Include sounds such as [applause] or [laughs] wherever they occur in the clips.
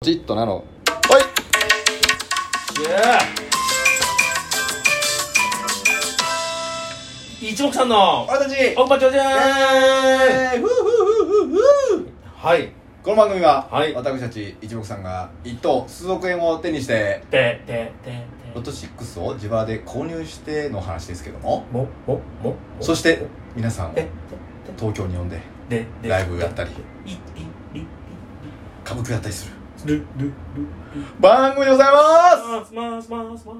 ジットなのはい一目散の俺たちおっぱちょじゃーんえーふうふうふうふうふうはいこの番組は、はい私たち一目さんが一等数億円を手にしててててロト6を自腹で購入しての話ですけどももももそして皆さんをて東京に呼んでででライブやったりいいいい歌舞伎をやったりするるるる番組でございますますますますます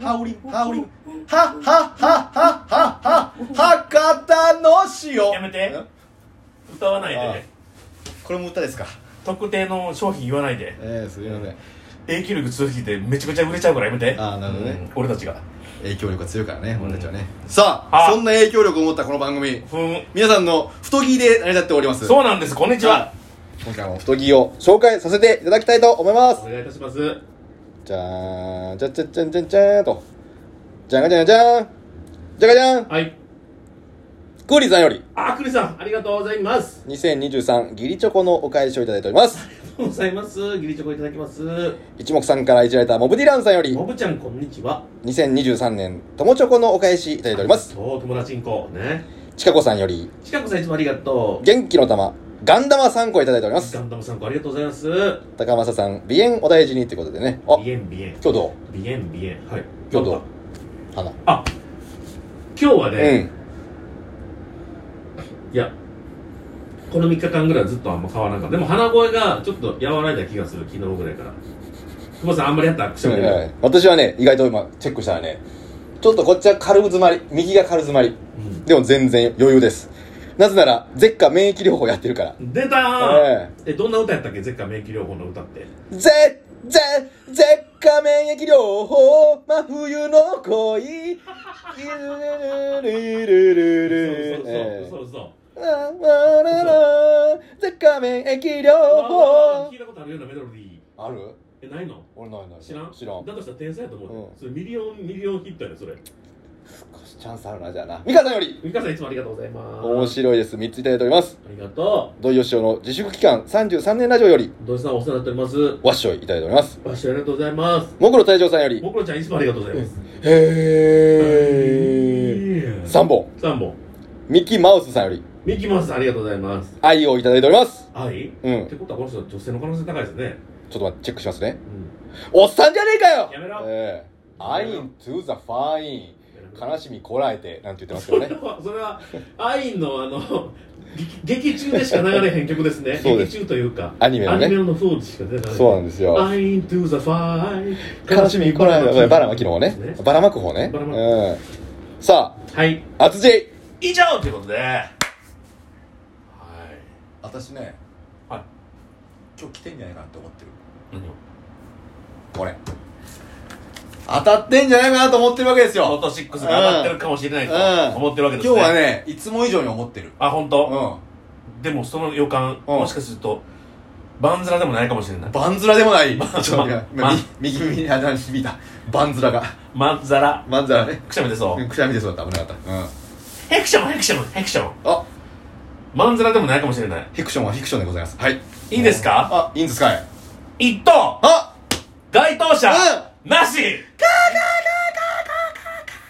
ハウリンハウリンはっはっはっはっはっは博多の塩やめてん歌わないああでこれも歌ですか特定の商品言わないでええすみません影響力強すぎてめちゃくちゃ売れちゃうからやめてああなるほどね俺たちが影響力が強いからねうん俺たちはねさはああそんな影響力を持ったこの番組ふん皆さんの太着で成り立っておりますそうなんですこんにちは今回も太着を紹介させていただきたいと思いますお願いいたしますじゃーんじゃじゃじゃんじゃんじゃーんとじゃがじゃんじゃーんじゃがじゃんはいクーリーさんよりあクリさんありがとうございます2023ギリチョコのお返しをいただいておりますありがとうございますギリチョコいただきます一目さんからいじられたモブディランさんよりもぶちゃんこんにちは2023年友チョコのお返しいただいておりますそう友達んこねちかこさんよりちかこさんいつもありがとう元気の玉ガンダマ3個いただいておりますガンダムさんこありがとうございます高政さん鼻炎お大事にってことでねあビエンビエン今日どビエンビエンはい今日どなんう花だあ今日はうね、んいやこの3日間ぐらいずっとあんま変わらんかったでも鼻声がちょっと和らいだ気がする昨日ぐらいから久保さんあんまりやったらくしゃみはがい私はね意外と今チェックしたらねちょっとこっちは軽詰まり右が軽詰まりうんでも全然余裕ですなぜなら舌下免疫療法やってるから出たーええどんな歌やったっけ前回免疫療法の歌ってえぜぜ舌下免疫療法真冬の恋ルルルルルそうルルええそうそうそうそうララララ舌下免疫療法聞いたことあるようなメロディーあるえないの俺ないない知らん知らんだとしたら天才やと思う、うんそれミリオンミリオンヒットやねそれ少しチャンスあるなじゃあな美香さんより美香さんいつもありがとうございます面白いです3ついただいておりますありがと土井善雄の自粛期間33年ラジオよりう土井さんお世話になっておりますわっしょいいただいておりますわしありがとうございますもくろ隊長さんよりもくろちゃんいつもありがとうございますへえ3本三本ミッキーマウスさんよりミキマウスさんありがとうございます愛をいただいております愛っうんてことはこの人女性の可能性高いですね、ちょっと待ってチェックしますねうん、おっさんじゃねえかよやめろええ I'm to the fine 悲しみこらえてなんて言ってますけそどれねはそれは愛のあの劇劇中でしか流れへん曲ですねそうです劇中というか [laughs] アニメのねアニメの方でしか出ないそうなんですよ I'm to the fire 悲しみこらえてバラまきの方ねですバラまく方ねバラまくうんさはいあ厚 J 以上ということではい私ねはい今日来てんじゃないかなって思ってる何をこれ当たってんじゃないかなと思ってるわけですロよト6が上がってるかもしれないと思ってるわけですね今日はねいつも以上に思ってるあ本う当、んでもその予感、うんもしかするとバンズラでもないかもしれないバンズラでもないちょっとま [laughs] 今ま右右耳にあ響いたバンズラがマンザラバンズラねくしゃみ出そう、くしゃみでそうだった危なかったうんヘクションヘクションヘクションあマンザラでもないかもしれないフィクションはフィクションでございますはいいいですかあいいんですかい一等あ該当者、うなし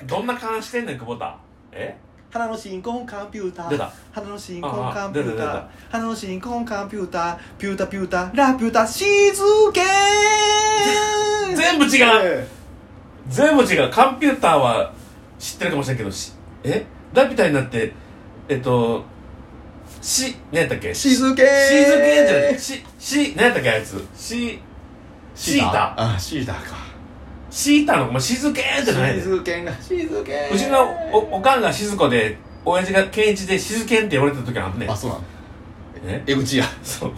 どんな勘してんねん久保田え花の新婚コンピュータ出た花の新婚コンピューターああ出た出花の新婚コンピュータピュータピュータラピュータ静け全部違う全部違うコンピューターは知ってるかもしれんけどしえラピュタになってえっとし何やったっけし静けシーズンゲーじゃないしし何やったっけあいつしシータあシータかシータのまあシーズンゲーじゃないでう静けが静けちのおおかんがしずこで親父がケンイチでしずけんって言われた時があんねあそうなのえ江口やそう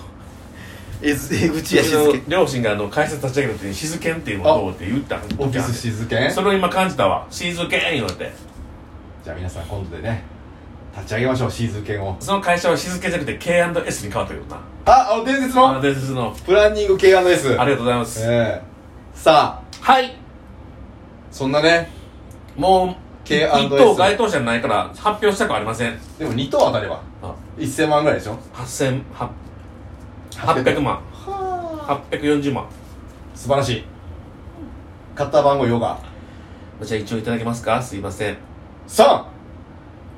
えず江口うやち静のけ両親があの会社立ち上げた時にしずけんっていうものをって言った時があオんフねィんス静けそれを今感じたわしずけん言われてじゃあ皆さん今度でね立ち上げましょう静けをその会社はしずけじゃなくて K&S に変わったけどなああ伝説あのの伝説のプランニング K&S ありがとうございますええさあはいそんなねもう K&S 一等該当者ないから発表したくありませんでも2等当たればあ1000万ぐらいでしょ8000 800万はあ840万素晴らしい買った番号ヨガじゃあ一応いただけますかすいません3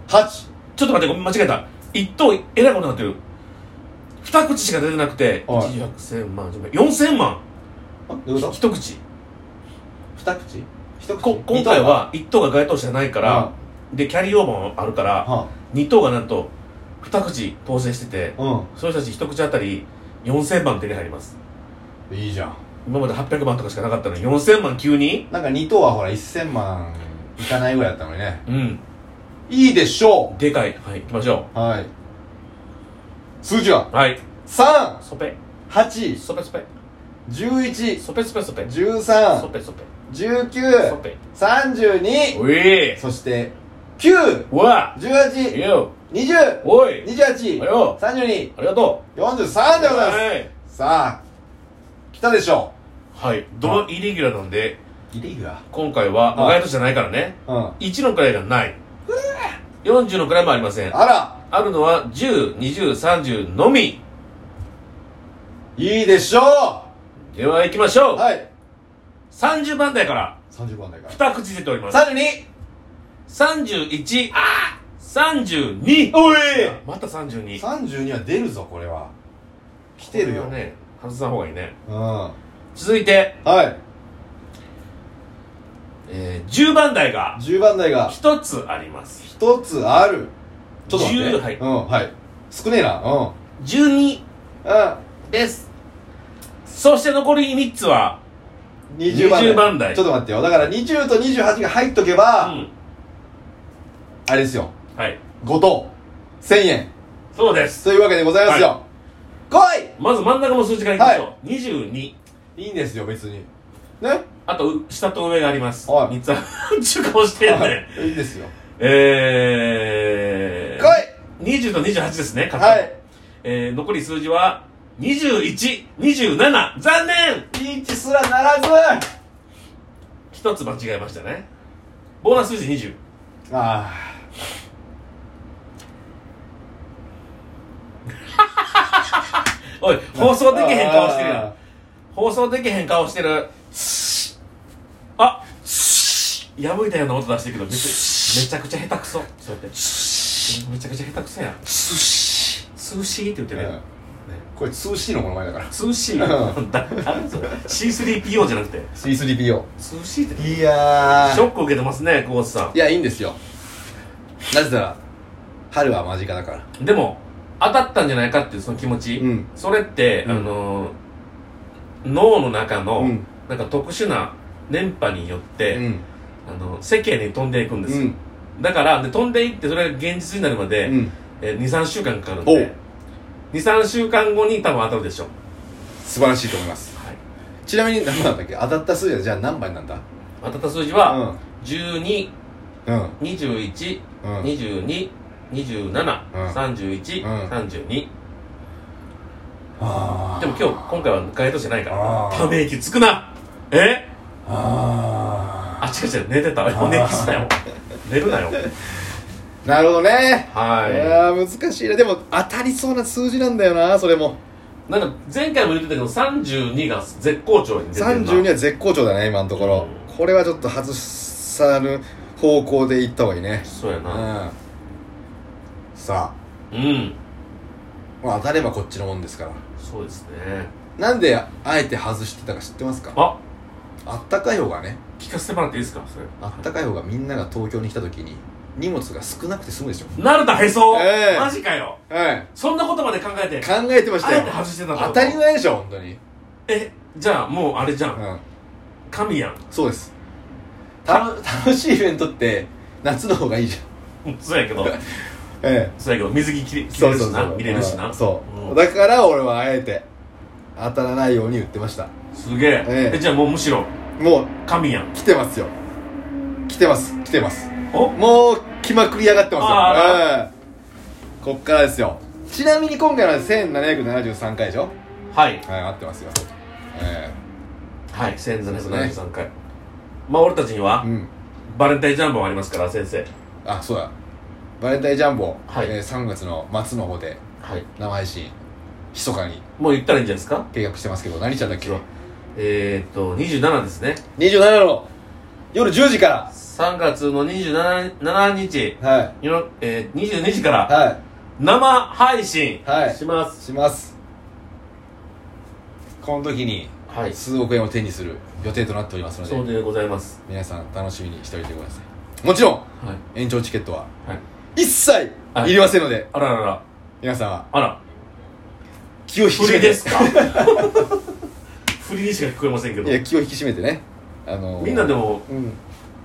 8ちょっと待ってごめん間違えた一等えらいことになってる二口しか出てなくてはい1 0 0万4000万あどういうこと一口二口一口こ今回は一等が該当者じゃないから、でキャリーオーバーもあるからは二等がなんと二口当選しててあその人たち一口あたり4000万手に入りますうんいいじゃん今まで800万とかしかなかったのに4000万急になんか2等はほら1000万いかないぐらいだったのにねうんいいでしょでかいはい行きましょうはい数字はうはい3ソペ8ソペソペ11ソペソペソペソ13ペソペソ19ペ32おいそして9うわいい18よ20おいおは28よ32うありがと43でござういまはいすさあ来たでしょはいどのイレギュラーなんでうイレギュラ今回ははい該当者じゃないからねーうん1の位がない40の位もありませんあらあるのは102030のみいいでしょでは行きましょううはい30番台から30番だか2口出ておりますら32 31あ32おいまた32 32は出るぞこれは来てるよ、これはね外さん方がいいねうんは続いて、いえー、10番台が10番台が1つあります1つあるちょっと待って10はいうんはい少ねえなうん12うんですそして残り3つは20番台20番台ちょっと待ってよだから20と28が入っとけば、うんあれですよはい5等1000円そうですというわけでございますよ、来まず真ん中の数字からいきましょう、22いいいんですよ別にねあとう下と上があります、はい3つあるちゅう顔してんねいいんですよえー、来い20と28ですね、勝ったはのいえー、残り数字は、21、27、残念ピーチすらならず一つ間違えましたね。ボーナス数字20。あおい、あ放送できへん顔してるやあん。放送できへん顔してる。あ破いたような音出してるけど、めちゃめちゃくちゃ下手くそ。そうや [laughs] って。めちゃくちゃ下手くそやん。スーシーって言ってーるやねん。これ 2C のこの前だからスーシーなんだ。あれそれ C3PO じゃなくて、 C3PO スーシーって。いやショック受けてますね、久保田さん。いやいいんですよなぜなら春は間近だからでも当たったんじゃないかっていうその気持ち、うんそれって、うんあのー脳の中の、うんなんか特殊な電波によっうて、んあの世間に飛んでいくんうですよ、んだからで飛んでいってそれが現実になるまで、うんえー23週間かかるんおうで23週間後に多分当たるでしょう、素晴らしいと思いますはい、ちなみに何番だったっけ当たった数字はじゃあ何番なんだ当たった数字うは、ん12うん21うん22う27、ん31、うん32あでも今日今回は該当者ないかあらーため息つくなえああ、違う違う、寝てた。もう寝すなよ。寝るなよ。ーなるほどねいはやー難しいなでも当たりそうな数字なんだよなそれもい。なんか、前回も言ってたけど、32が絶好調に出てるな。 32は絶好調だね今のところこれはちょっと外さぬ方向でいった方がいいねそうやうな。んさあうん。まあ当たればこっちのもんですからそうですね。なんであえて外してたか知ってますかあ、あったかい方がね聞かせてもらっていいですかそれ。あったかい方がみんなが東京に来た時に荷物が少なくて済むでしょなるだへそ、ええマジかよ。はいそんなことまで考えて、考えてましあたえよて外してた当たりい。前でしょ本当にえ、じゃあもうあれじゃ。うんん神やん。そうですたの楽しいイベントって夏の方がいいじゃんうんそうやけど、ええそうやけど、水着着れ着れるしな、見れるしうな。んそう、うんだから俺はあえて当たらないように言ってましたすげええええ。じゃあもうむしろ、もう神やん。来てますよ来てます来てますおもう来まくり上がってますあよ、うん、こっからですよちなみに今回は1773回でしょはい。はい合ってますよえはい、1773回。まあ俺たちにはえう、んバレンタインジャンボもありますから、先生。あそうだバレンタインジャンボ、はいえー3月の末の方ではい生配信密かにもう言ったらいいんじゃないですか計画してますけど何ちゃんだっけえー、っと27ですね27の夜10時か3月の27 7日らはよろえー、22時かいらは生配信はいしまいすしますこの時にはい、数億円を手にする予定となっておりますのでそうでございます皆さん楽しみにしておいてくださいもちろんはい延長チケットははい一切はいいりませんので、あららら皆さんはあら気を引き振締めりて [laughs] ですか振りにしか聞こえませんけいやど気を引き締めてねあのーみんなでもうん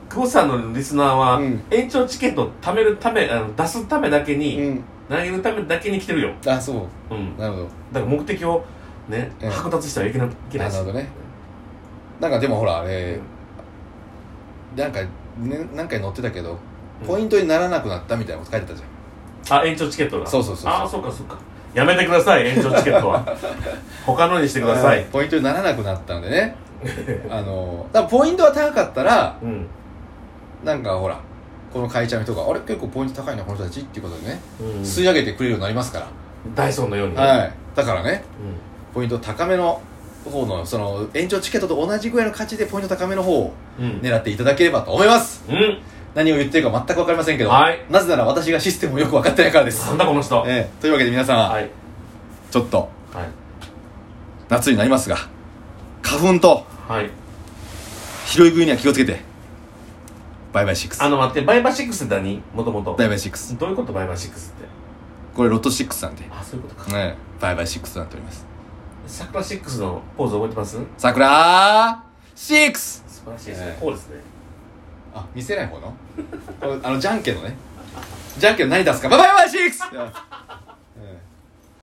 久保さんのリスナーは、うん延長チケットを貯めるためあの出すためだけに、うん投げるためだけに来てるよあそううんだなるほどから目的をね、うん剥奪したらいけないけなないるしほどねなんかでもほらあれなんか、ね、何回載ってたけどうんポイントにならなくなったみたいなこと書いてたじゃんあ延長チケットがそうそうそうそうあそうかそうかやめてください延長チケットは [laughs] 他のにしてくださはいいポイントにならなくなったんでね [laughs] あのだからポイントが高かったらうんなんかほらこの会社の人があれ結構ポイント高いなこの人たちっていうことでね、うん吸い上げてくれるようになりますかダイソンのようにら、はいだからねポイント高めの方のその延長チケットと同じぐらいの価値でポイント高めの方をうんうん、狙っていただければと思いますうん何を言ってるか全く分かりませんけど、はいなぜなら私がシステムをよく分かってないからですなんだこの人はいええというわけで皆さんは、はいちょっと夏になりますが花粉とはい拾い食いには気をつけてバイバイ6あの待ってバイバーシックスって何もともとバイバイ6どういうことバイバーシックスってこれロット6なんで、ねあそういうことかえ、バイバイ6となっております桜シックスのポーズ覚えてます桜 6! 素晴らしいですね、ええこうですねあ見 [laughs] せない方のこれあのじゃんけんのねじゃんけんの何出すかバイバイ 6!